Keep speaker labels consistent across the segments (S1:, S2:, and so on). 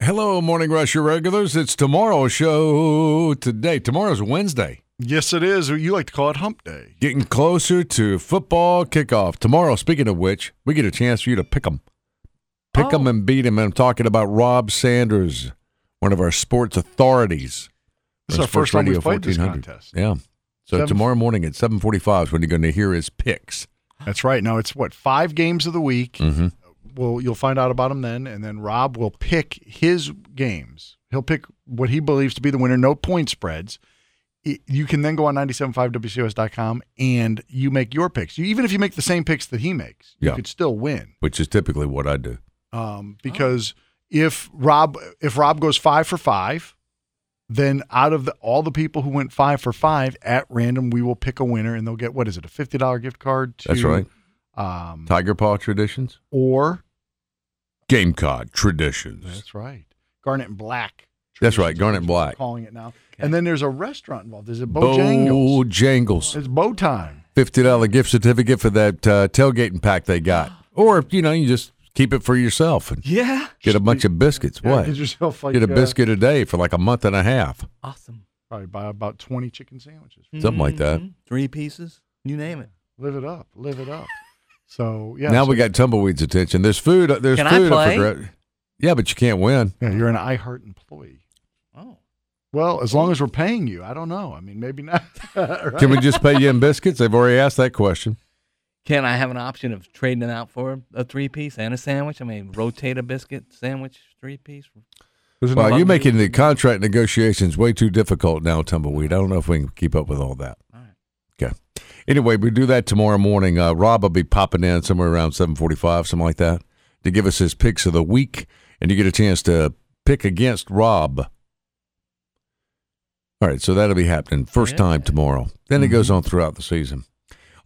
S1: Hello, Morning Rush regulars. It's tomorrow's show today. Tomorrow's Wednesday.
S2: Yes, it is. You like to call it Hump Day.
S1: Getting closer to football kickoff. Tomorrow, speaking of which, we get a chance for you to pick 'em, pick 'em
S2: Oh.
S1: and beat 'em. And I'm talking about Rob Sanders, one of our sports authorities.
S2: This is
S1: on
S2: our
S1: Sports
S2: first time
S1: Radio
S2: we played this
S1: 1400.
S2: contest.
S1: Yeah. So
S2: Seven-
S1: tomorrow morning at 745 is when you're going to hear his picks.
S2: That's right. Now it's what five games of the week.
S1: Mhm.
S2: Well, you'll find out about them then, and then Rob will pick his games. He'll pick what he believes to be the winner. No point spreads. I- You can then go on 975wcos.com and you make your picks. You, even if you make the same picks that he makes,
S1: Yeah.
S2: you could still win.
S1: which is typically what I do. Oh.
S2: um, because if Rob if Rob goes five for five, then out of the, all the people who went five for five at random, we will pick a winner, and they'll get what is it a fifty dollar gift card? To,
S1: That's right.
S2: Um,
S1: Tiger Paw traditions,
S2: or
S1: Gamecock traditions.
S2: that's right, Garnet and Black.
S1: That's right,
S2: Traditions,
S1: Garnet
S2: we're
S1: Black.
S2: Calling it now, and then there's a restaurant involved. There's a Bojangles.
S1: Bojangles.
S2: It's bow time.
S1: Fifty dollar gift certificate for that uh, tailgating pack they got, or you know, you just keep it for yourself and
S2: Yeah.
S1: get a bunch of biscuits.
S2: Yeah,
S1: What?
S2: Get yourself like
S1: Get a
S2: uh,
S1: biscuit a day for like a month and a half,
S3: Awesome.
S2: probably buy about twenty chicken sandwiches.
S1: something like that.
S2: Mm-hmm.
S3: Mhm. Three pieces. You name it.
S2: Live it up. Live it up. So yeah.
S1: now
S2: so-
S1: we got tumbleweeds attention. There's food. uh, There's
S3: Can I
S1: food. up for
S3: play?
S1: gra- yeah, but you can't win.
S2: Yeah, you're an iHeart employee.
S3: Oh.
S2: Well, as long as we're paying you, I don't know. I mean, maybe not. Right?
S1: Can we just pay you in biscuits? They've already asked that question.
S3: Can I have an option of trading it out for a three piece and a sandwich? I mean, rotate a biscuit, sandwich, three piece.
S1: Well, you're making the contract negotiations way too difficult now, Tumbleweed. I don't know if we can keep up with all that. Okay. Anyway, we do that tomorrow morning. Uh, Rob will be popping in somewhere around 7:45, something like that, to give us his picks of the week, and you get a chance to pick against Rob. All right, so that'll be happening first time tomorrow. Then it goes on throughout the season.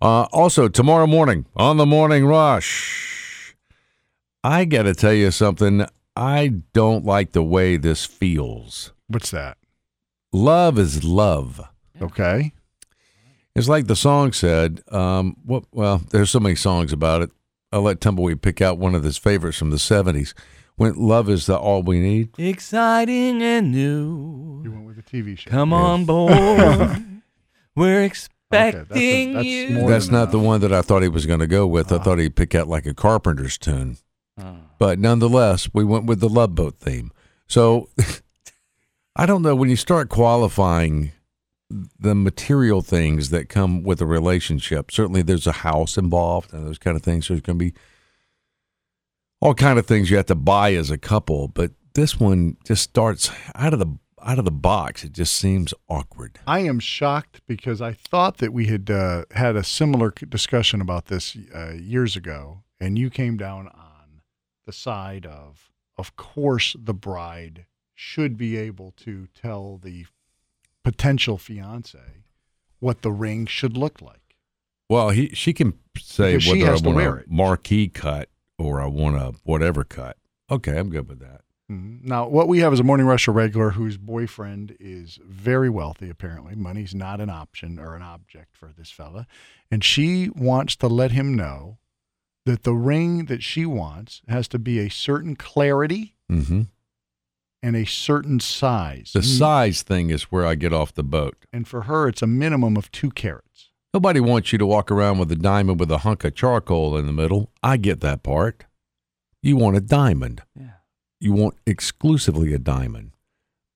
S1: Uh, also, tomorrow morning on the morning rush, I got to tell you something. I don't like the way this feels.
S2: What's that?
S1: Love is love.
S2: Okay.
S1: It's like the song said. Um, what, well, there's so many songs about it. I'll let Tumbleweed pick out one of his favorites from the '70s. When love is the all we need.
S3: Exciting and
S2: You
S3: new.
S2: went with a TV show.
S3: Come
S1: Yeah.
S3: on board. We're expecting
S2: that's
S3: you.
S2: more
S1: That's
S2: than
S1: not the
S2: enough. Uh-huh.
S1: one that I thought he was going to go with. I thought he'd pick out like a Carpenter's tune.
S2: Uh.
S1: But nonetheless, we went with the Love Boat theme. So I don't know when you start qualifying the material things that come with a relationship. Certainly, there's a house involved and those kind of things. There's going to be all kind of things you have to buy as a couple. But this one just starts out of the out of the box. It just seems awkward.
S2: I am shocked because I thought that we had uh, had a similar c- discussion about this uh, years ago, and you came down on the side of, of course, the bride should be able to tell the potential fiance what the ring should look like.
S1: Well, he she can say
S2: Because she
S1: whether I
S2: has to
S1: want
S2: wear
S1: a
S2: it.
S1: marquee cut or I want a whatever cut. Okay, I'm good with that.
S2: Mhm. Now, what we have is a morning rush regular whose boyfriend is very wealthy, apparently. Money's not an option or an object for this fella. And she wants to let him know that the ring that she wants has to be a certain clarity
S1: Mm-hmm.
S2: and a certain size. Mm-hmm.
S1: The size thing is where I get off the boat.
S2: And for her, it's a minimum of two carats.
S1: Nobody wants you to walk around with a diamond with a hunk of charcoal in the middle. I get that part. You want a diamond.
S3: Yeah.
S1: You want exclusively a diamond.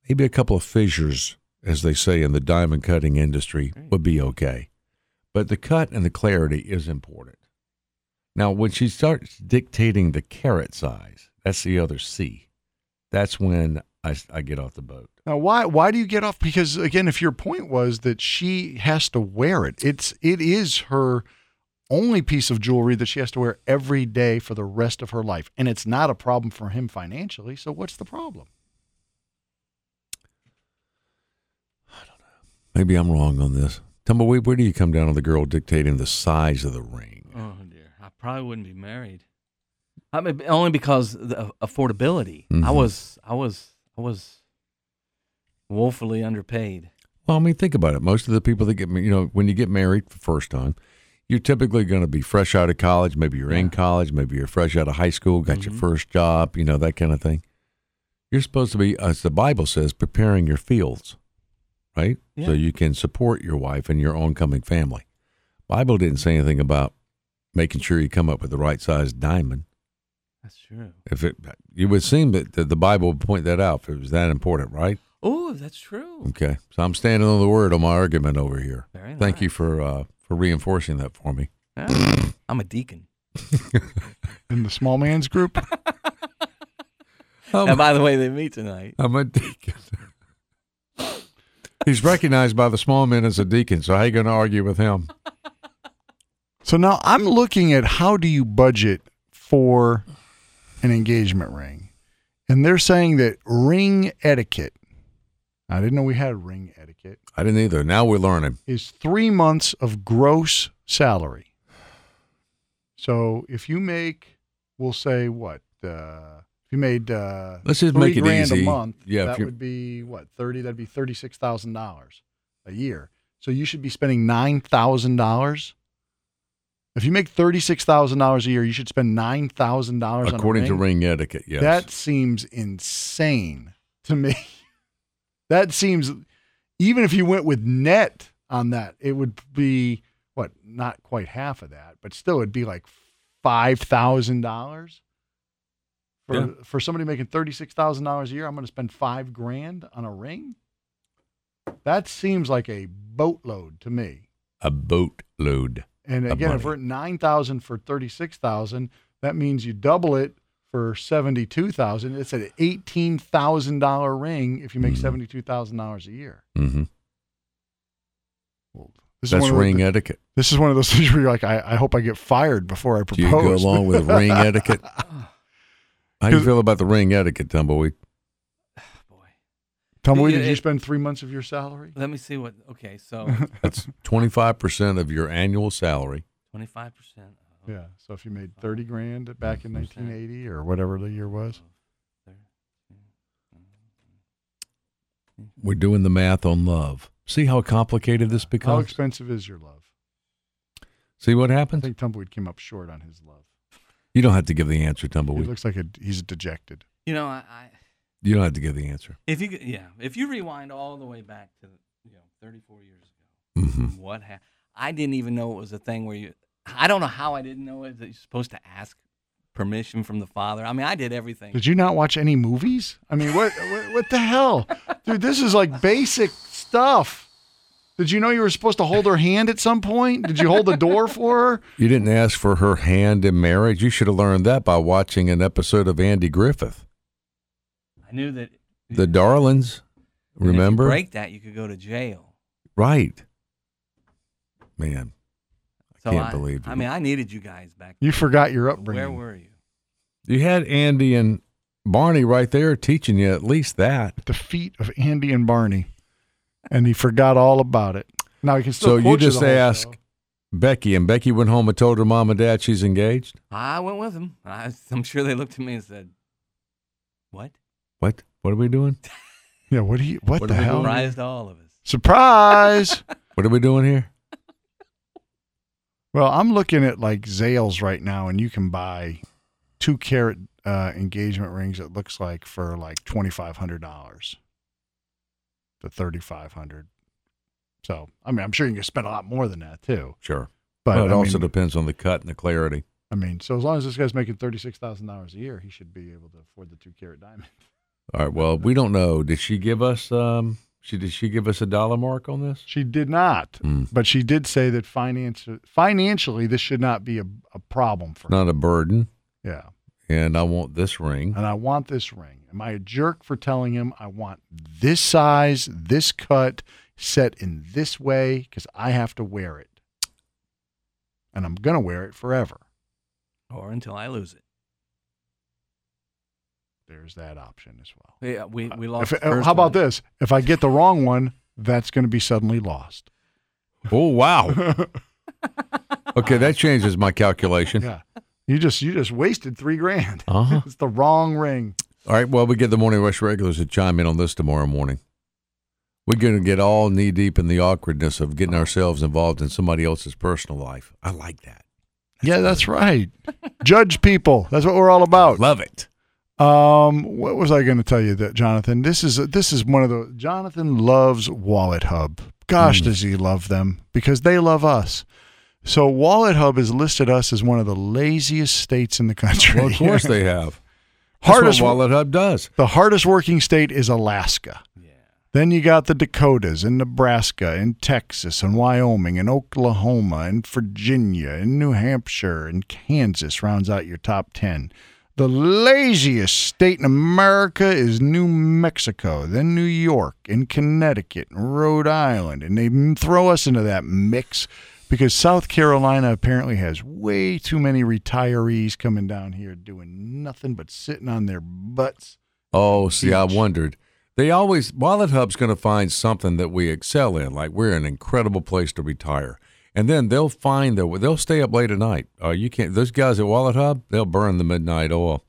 S1: Maybe a couple of fissures, as they say in the diamond cutting industry, would be okay. But the cut and the clarity is important. Now, when she starts dictating the carat size, that's the other C. That's when I, I get off the boat.
S2: Now, why why do you get off? Because again, if your point was that she has to wear it, it's it is her only piece of jewelry that she has to wear every day for the rest of her life. And it's not a problem for him financially. So what's the problem?
S1: Maybe I'm wrong on this. Tumbleweed, where do you come down on the girl dictating the size of the ring?
S3: Oh dear, I probably wouldn't be married. I mean, only because the affordability. I
S1: Mhm.
S3: was, I was, I was woefully underpaid.
S1: Well, I mean, think about it. Most of the people that get, ma- you know, when you get married for the first time, you're typically going to be fresh out of college. Maybe you're in
S3: Yeah.
S1: college. Maybe you're fresh out of high school, got your
S3: Mhm.
S1: first job, you know, that kind of thing. You're supposed to be, as the Bible says, preparing your fields, right? So
S3: Yeah.
S1: you can support your wife and your oncoming family. Bible didn't say anything about making sure you come up with the right size diamond.
S3: That's true.
S1: If it, it would seem that that the Bible would point that out if it was that important, right?
S3: Oh, that's true.
S1: Okay, so I'm standing on the word on my argument over here.
S3: Very
S1: Thank you
S3: nice.
S1: for uh, for reinforcing that for me.
S3: Yeah. I'm a deacon.
S2: In the small man's group?
S3: and by the way, they meet tonight.
S1: I'm a deacon. He's recognized by the small men as a deacon, so how you going to argue with him?
S2: So now I'm looking at how do you budget for an engagement ring? And they're saying that ring etiquette, I didn't know we had ring etiquette,
S1: I didn't either. Now we're learning.
S2: is three months of gross salary. So if you make, we'll say what? Uh, if you made uh,
S1: Let's just
S2: three
S1: make it
S2: grand
S1: easy.
S2: a month,
S1: Yeah, if
S2: that
S1: you're-
S2: would be what? 30, that'd be $36,000 a year. So you should be spending $9,000. If you make $36,000 a year, you should spend $9,000 on a
S1: According to
S2: ring.
S1: ring etiquette, yes.
S2: That seems insane to me. that seems, even if you went with net on that, it would be what, not quite half of that, but still it'd be like $5,000 for,
S1: Yeah.
S2: for somebody making $36,000 a year. I'm going to spend five grand on a ring. That seems like a boatload to me.
S1: a boatload.
S2: And
S1: of
S2: again, if
S1: money.
S2: we're at nine thousand for thirty six thousand, that means you double it for seventy two thousand. It's an eighteen thousand dollar ring if you make
S1: Mhm.
S2: two thousand dollars a year.
S1: hmm
S2: This
S1: That's
S2: one of
S1: ring
S2: The,
S1: etiquette.
S2: this is one of those things where you're like, I, I hope I get fired before I propose.
S1: Do you go along with ring etiquette? How do you
S2: 'Cause-
S1: feel about the ring etiquette, Tumbleweed?
S3: Oh, Boy,
S2: Tumbleweed,
S3: Yeah,
S2: did you
S3: it- Oh,
S2: spend three months of your salary?
S3: let me see what. Okay, so
S1: That's 25% of your annual salary.
S3: 25%. of-
S2: Yeah. So if you made thirty grand back in
S3: Mhm.
S2: nineteen eighty or whatever the year was,
S1: We're doing the math on love. See how complicated this
S2: how
S1: becomes?
S2: expensive is your love?
S1: See what
S2: I
S1: happens?
S2: think Tumbleweed came up short on his love.
S1: You don't have to give the answer,
S2: He
S1: Tumbleweed.
S2: looks like a, he's dejected.
S3: You know, I, I
S1: you don't have to give the answer.
S3: if you could- yeah, if you rewind all the way back to you know 34 years ago,
S1: hmm
S3: what happened? I didn't even know it was a thing where you. I don't know how I didn't know it that you're supposed to ask permission from the father. I mean, I did everything.
S2: Did you not watch any movies? I mean, what what, what the hell, dude? This is like basic stuff. Did you know you were supposed to hold her hand at some point? Did you hold the door for her?
S1: You didn't ask for her hand in marriage. You should have learned that by watching an episode of Andy Griffith.
S3: I knew that.
S1: The Darlings,
S3: and if you
S1: remember?
S3: break that, you could go to jail.
S1: Right. Man,
S3: So
S1: can't believe
S3: I
S1: you.
S3: mean, I needed you guys back.
S2: You forgot your
S3: Where
S2: upbringing.
S3: were you?
S1: you had Andy and Barney right there teaching you at least that.
S2: At the feet of Andy and Barney, and he forgot all about it. Now he can still.
S1: So you
S2: quote the
S1: just
S2: whole
S1: ask
S2: show.
S1: Becky, and Becky went home and told her mom and dad she's engaged.
S3: I went with him. I, I'm sure they looked at me and said, "What?"
S1: What? What are we doing?
S2: Yeah. What do you? What,
S1: What
S2: the
S1: do we
S2: hell?
S1: do?
S3: Surprised all of us.
S2: Surprise!
S1: What are we doing here?
S2: well, I'm looking at like Zales right now, and you can buy two carat uh, engagement rings. It looks like for like twenty five hundred dollars, to thirty five hundred. So, I mean, I'm sure you can spend a lot more than that too.
S1: Sure.
S2: But
S1: But it
S2: I
S1: also
S2: mean,
S1: depends on the cut and the clarity.
S2: I mean, so as long as this guy's making thirty six thousand dollars a year, he should be able to afford the two carat diamond.
S1: All right. Well, we don't know. Did she give us? Um, she did she give us a dollar mark on this?
S2: She did not,
S1: Hmm.
S2: but she did say that finance financially this should not be a, a problem for her.
S1: Not a burden.
S2: Yeah.
S1: And I want this ring.
S2: and I want this ring. Am I a jerk for telling him I want this size, this cut, set in this way because I have to wear it? and I'm going to wear it forever.
S3: or until I lose it.
S2: There's that option as well.
S3: Yeah, we, we
S2: If-
S3: lost. the
S2: uh,
S3: first
S2: how about
S3: one.
S2: this? If I get the wrong one, that's going to be suddenly lost.
S1: Oh wow. okay, that changes my calculation.
S2: Yeah. You just you just wasted three grand.
S1: Uh-huh.
S2: it's the wrong ring.
S1: All right. Well, we get the morning rush regulars to chime in on this tomorrow morning. We're going to get all knee deep in the awkwardness of getting ourselves involved in somebody else's personal life. I like that.
S2: yeah, that's right. Judge people. That's what we're all about.
S1: Love it.
S2: Um, what was I going to tell you that Jonathan? This is this is one of the Jonathan loves Wallet Hub.
S1: Hmm.
S2: Gosh, does he love them because they love us. So Wallet Hub has listed us as one of the laziest states in the country.
S1: Well, of course they have. That's
S2: hardest
S1: what Wallet Hub does.
S2: The hardest working state is Alaska. Then you got the Dakotas and Nebraska and Texas and Wyoming and Oklahoma and Virginia and New Hampshire and Kansas rounds out your top 10. The laziest state in America is New Mexico, then New York and Connecticut and Rhode Island. And they m- throw us into that mix because South Carolina apparently has way too many retirees coming down here doing nothing but sitting on their butts.
S1: Oh, see, I
S2: Huge.
S1: wondered. They always Wallet Hub's going to find something that we excel in, like we're an incredible place to retire, and then they'll find their. They'll stay up late at night. Oh, you can't. Those guys at Wallet Hub, they'll burn the midnight oil.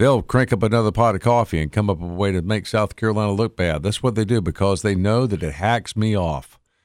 S1: They'll crank up another pot of coffee and come up with a way to make South Carolina look bad. That's what they do because they know that it hacks me off.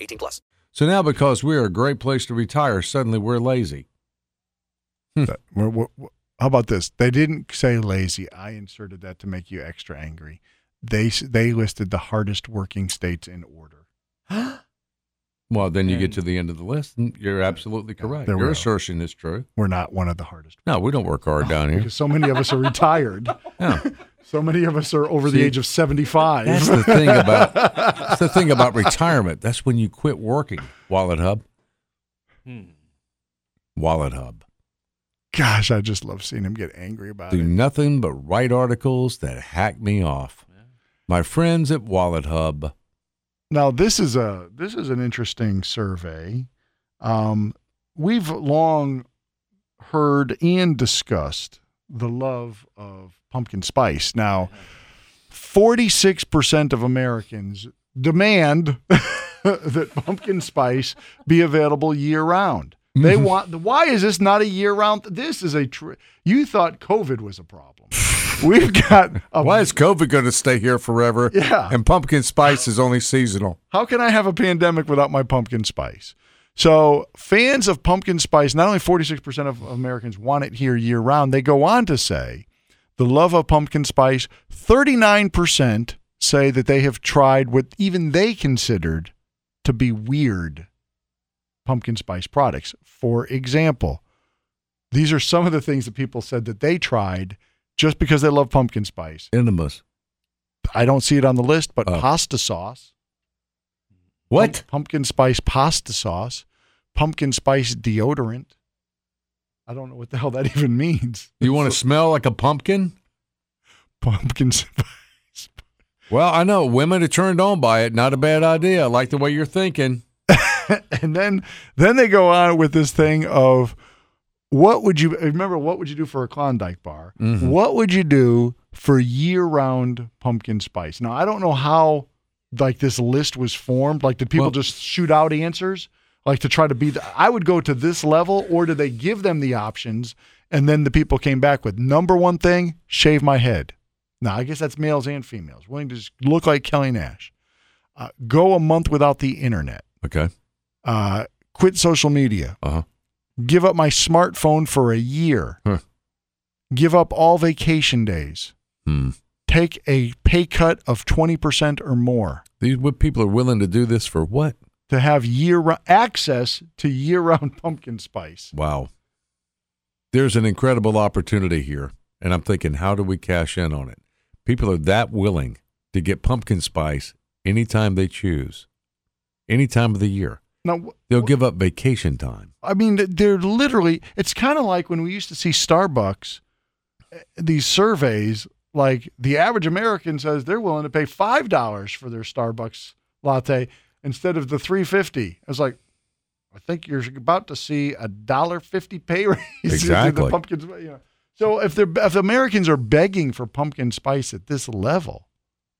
S4: 18 plus.
S1: So now, because we're a great place to retire, suddenly we're lazy.
S2: That- wha- wha- wha- how about this? They didn't say lazy. I inserted that to make you extra angry. They s- they listed the hardest working states in order.
S1: Well, then you get
S3: And-
S1: to the end of the list, and you're absolutely
S2: Yeah,
S1: correct.
S2: there we
S1: Your
S2: are.
S1: assertion is true.
S2: We're not one of the hardest
S1: No, we don't work hard down here.
S2: because so many of us are retired.
S1: No.
S2: So many of us are over the
S1: See,
S2: age of seventy five.
S1: That's the thing about that's the thing about retirement. That's when you quit working. Wallet Hub.
S3: Hmm.
S1: Wallet Hub.
S2: Gosh, I just love seeing him get angry about
S1: Do
S2: it.
S1: nothing but write articles that hack me off. My friends at Wallet Hub.
S2: Now this is a this is an interesting survey. Um, we've long heard and discussed the love of pumpkin spice. Now, forty six percent of Americans demand that pumpkin spice be available year round. They
S1: Mm-hmm.
S2: want. Why is this not a year round? This is a. Tr- you thought COVID was a problem. We've got a
S1: Why is COVID going to stay here forever?
S2: Yeah.
S1: And pumpkin spice is only seasonal.
S2: How can I have a pandemic without my pumpkin spice? So, fans of pumpkin spice, not only 46% of Americans want it here year round, they go on to say the love of pumpkin spice, 39% say that they have tried what even they considered to be weird pumpkin spice products. For example, these are some of the things that people said that they tried just because they love pumpkin spice.
S1: Enemas.
S2: I don't see it on the list, but
S1: Oh.
S2: pasta sauce.
S1: What?
S2: Pump- pumpkin spice pasta sauce, pumpkin spice deodorant. I don't know what the hell that even means.
S1: You want to smell like a pumpkin?
S2: Pumpkin spice.
S1: Well, I know women are turned on by it. Not a bad idea. I like the way you're thinking.
S2: And then then they go on with this thing of what would you remember what would you do for a Klondike bar?
S1: Mhm.
S2: What would you do for year-round pumpkin spice? Now, I don't know how like this list was formed. Like did people
S1: Well-
S2: just shoot out answers? Like to try to be the I would go to this level or did they give them the options and then the people came back with number one thing, shave my head. Now, I guess that's males and females. Willing to just look like Kelly Nash. Uh, go a month without the internet
S1: Okay.
S2: uh, quit social media,
S1: Uh huh.
S2: give up my smartphone for a year,
S1: Huh.
S2: give up all vacation days,
S1: Hmm.
S2: take a pay cut of 20% or more.
S1: These wi- people are willing to do this for what?
S2: to have year access to year-round pumpkin spice.
S1: Wow. There's an incredible opportunity here. And I'm thinking, how do we cash in on it? People are that willing to get pumpkin spice anytime they choose, any time of the year.
S2: Now, wh-
S1: They'll give up vacation time.
S2: I mean, they're literally. It's kind of like when we used to see Starbucks. uh, These surveys, like the average American says, they're willing to pay five dollars for their Starbucks latte instead of the three fifty. I was like, I think you're about to see a dollar fifty pay raise. in the
S1: Exactly.
S2: pumpkins. You know. So if they're if Americans are begging for pumpkin spice at this level,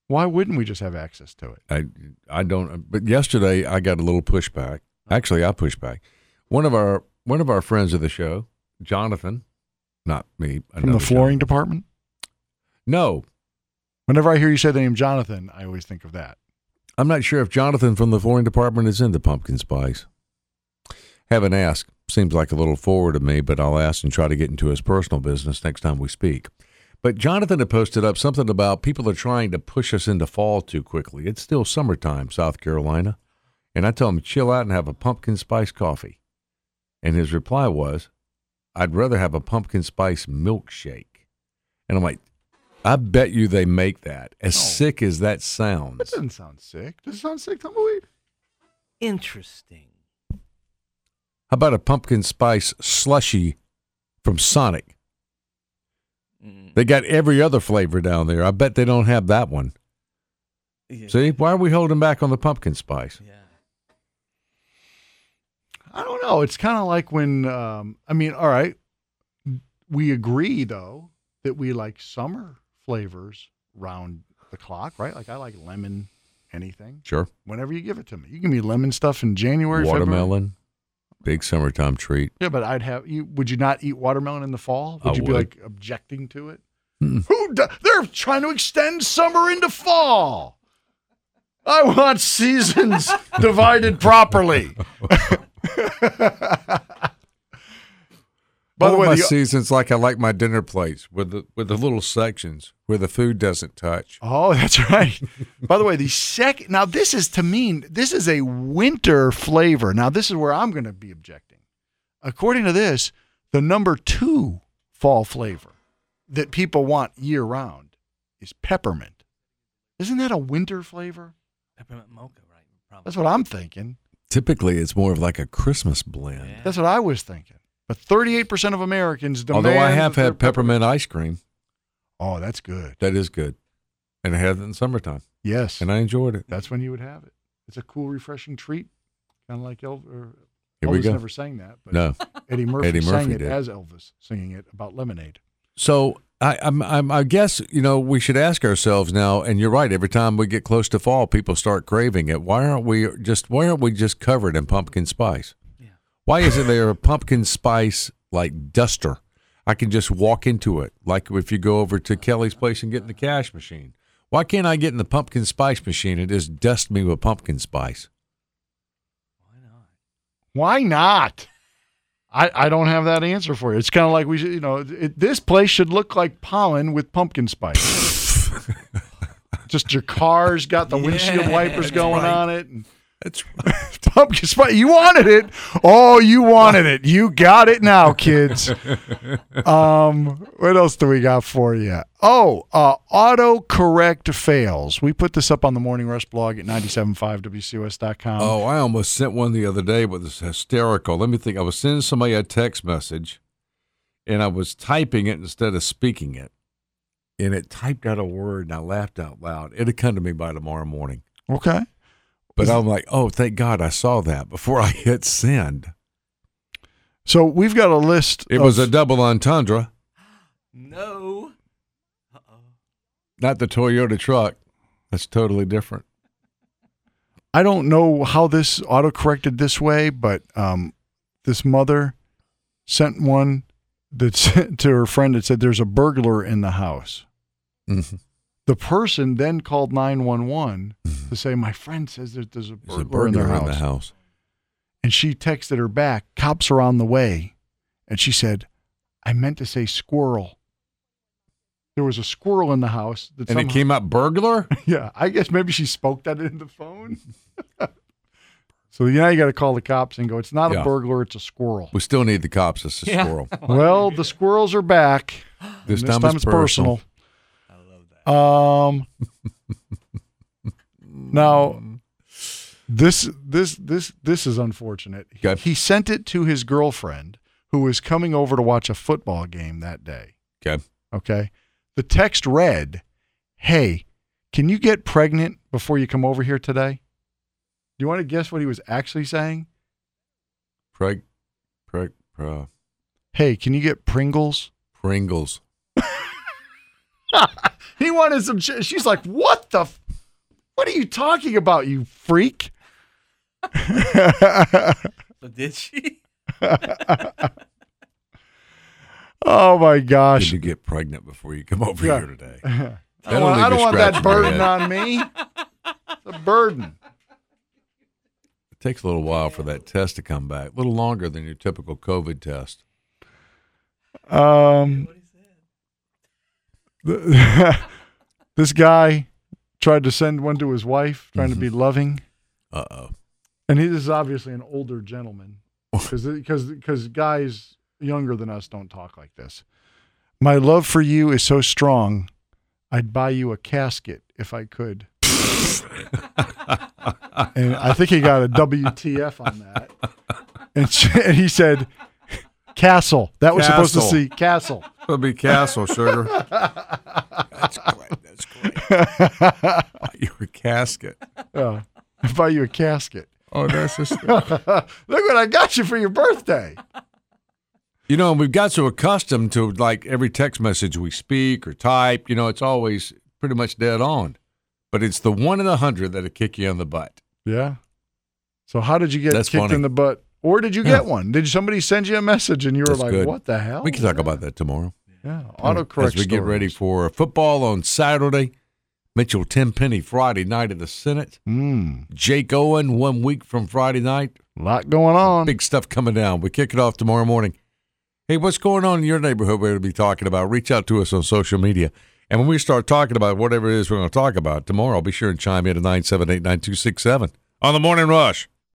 S2: why wouldn't we just have access to it?
S1: I I don't. But yesterday I got a little pushback. Actually, I pushed back. One of our one of our friends of the show, Jonathan, not me,
S2: From
S1: another
S2: the
S1: Jonathan.
S2: flooring department.
S1: No,
S2: Whenever I hear you say the name Jonathan, I always think of that.
S1: I'm not sure if Jonathan from the flooring department is into pumpkin spice. Haven't asked. Seems like a little forward of me, but I'll ask and try to get into his personal business next time we speak. But Jonathan had posted up something about people are trying to push us into fall too quickly. It's still summertime, South Carolina. And I tell him, chill out and have a pumpkin spice coffee. And his reply was, I'd rather have a pumpkin spice milkshake. And I'm like, I bet you they make that. As sick as that
S2: That
S1: sounds.
S2: doesn't sound sick. Does it sound sick, Tumbleweed?
S3: Interesting.
S1: How about a pumpkin spice slushy from Sonic?
S3: Mm,
S1: They got every other flavor down there. I bet they don't have that one.
S3: yeah.
S1: See, why are we holding back on the pumpkin spice?
S3: Yeah.
S2: I don't know. It's kind of like when, um, I mean, all right, we agree though that we like summer flavors round the clock, right? Like I like lemon anything
S1: Sure.
S2: whenever you give it to me. You give me lemon stuff in January, February.
S1: Watermelon, big summertime treat.
S2: Yeah, but I'd have you. Would you not eat watermelon in the fall? Would
S1: I
S2: you be
S1: would.
S2: like objecting to it? Who? d- They're trying to extend summer into fall. I want seasons divided properly. By
S1: By
S2: the way,
S1: my
S2: the-
S1: seasons like I like my dinner plates with the with the little sections where the food doesn't touch.
S2: Oh, that's right. By the way, the second now this is to mean this is a winter flavor. Now this is where I'm going to be objecting. According to this, the number 2 fall flavor that people want year round is peppermint. Isn't that a winter flavor?
S3: Peppermint mocha, right? Probably.
S2: That's what I'm thinking.
S1: Typically, it's more of like a Christmas blend.
S3: Yeah.
S2: That's what I was thinking. But 38% of Americans demand
S1: Although I have
S2: that
S1: had
S2: their-
S1: peppermint ice cream,
S2: Oh, that's good.
S1: that is good, and I had it in summertime,
S2: Yes.
S1: and I enjoyed it.
S2: that's when you would have it. It's a cool refreshing treat. Kind of like Elvis or
S1: Here we
S2: Elvis
S1: go.
S2: never sang that, but
S1: No.
S2: Eddie Murphy,
S1: Eddie
S2: sang
S1: Murphy
S2: it
S1: did.
S2: as Elvis singing it about lemonade.
S1: So I, I'm, I'm, I guess you know we should ask ourselves now. And you're right. Every time we get close to fall, people start craving it. Why aren't we just? Why aren't we just covered in pumpkin spice? Why isn't there a pumpkin spice like duster? I can just walk into it, like if you go over to Kelly's place and get in the cash machine. Why can't I get in the pumpkin spice machine and just dust me with pumpkin spice?
S2: Why not? I, I don't have that answer for you. It's kind of like we should, you know it, this place should look like pollen with pumpkin spice. Just your car's got the windshield wipers going on it. And
S1: That's
S2: pumpkin spice. You wanted it. Oh, you wanted it. You got it now, kids. um, what else do we got for you? Oh, uh, autocorrect fails. We put this up on the Morning Rush blog at 975wcos.com.
S1: Oh, I almost sent one the other day, but it's hysterical. Let me think. I was sending somebody a text message, and I was typing it instead of speaking it, and it typed out a word, and I laughed out loud. It'll come to me by tomorrow morning.
S2: Okay.
S1: But I'm like, oh, thank God I saw that before I hit send.
S2: So we've got a list.
S1: It
S2: of-
S1: was a double entendre,
S3: No.
S1: not the Toyota truck. That's totally different.
S2: I don't know how this auto corrected this way, but um, this mother sent one that said- to her friend that said, "There's a burglar in the house."
S1: Mhm.
S2: The person then called nine one one to say, "My friend says that there's a
S1: Mm-hmm. There's a
S2: burglar,
S1: burglar in the
S2: house.
S1: house.
S2: And she texted her back, "Cops are on the way," and she said, "I meant to say squirrel." There was a squirrel in the house that
S1: And it
S2: somehow-
S1: came out burglar?
S2: Yeah, I guess maybe she spoke that in the phone. So now you got to call the cops and go, it's not
S1: Yeah.
S2: a burglar, it's a squirrel.
S1: We still need the cops. It's a
S3: Yeah.
S1: squirrel.
S2: Well, the squirrels are back. and
S1: This time it's
S2: I love that. Um, now,
S1: Mm.
S2: this this this this is unfortunate.
S1: Okay.
S2: He sent it to his girlfriend, who was coming over to watch a football game that day.
S1: Okay.
S2: Okay. The text read, Hey, can you get pregnant before you come over here today? Do you want to guess what he was actually saying?
S1: Preg, preg, pra-
S2: Hey, can you get Pringles?
S1: Pringles.
S2: He wanted some. Ch- She's like, What the? F- what are you talking about, you freak?
S3: So did she?
S2: oh my
S1: Did
S2: gosh.
S1: you get pregnant before you come over
S2: Yeah.
S1: here today?
S2: I don't, want,
S1: That'll
S2: I
S1: leave
S2: don't
S1: you
S2: want that
S1: scratching your
S2: burden
S1: head.
S2: on me. It's a burden.
S1: It takes a little while for that test to come back. A little longer than your typical COVID test.
S2: Um, th- this guy tried to send one to his wife, trying to be loving,
S1: Uh oh.
S2: and he this is obviously an older gentleman because because guys younger than us don't talk like this. My love for you is so strong, I'd buy you a casket if I could. and I think he got a WTF on that. And, she, and he said, "Castle." That was supposed to
S1: Castle.
S2: see castle.
S1: It'll be castle, sugar. That's great. That's great. Your casket.
S2: Oh, I buy you a casket.
S1: Oh, that's just.
S2: Look what I got you for your birthday.
S1: You know, we've got so accustomed to like every text message we speak or type, you know, it's always pretty much dead on. But it's the one in a hundred that'll kick you in the butt.
S2: Yeah. So how did you get
S1: That's
S2: kicked
S1: funny.
S2: in the butt? Or did you get one? Did somebody send you a message and you were
S1: That's
S2: like,
S1: good.
S2: "What the hell?"
S1: We can talk about that tomorrow.
S2: yeah, autocorrect.
S1: As we get ready for
S2: stories.
S1: football on Saturday, Mitchell Tenpenny Friday night at the Senate,
S2: Mm,
S1: Jake Owen one week from Friday night.
S2: lot going on.
S1: Big stuff coming down. We kick it off tomorrow morning. Hey, what's going on in your neighborhood? We're going to be talking about. Reach out to us on social media. And when we start talking about whatever it is we're going to talk about tomorrow, be sure and chime in at 978 9267 on the morning rush.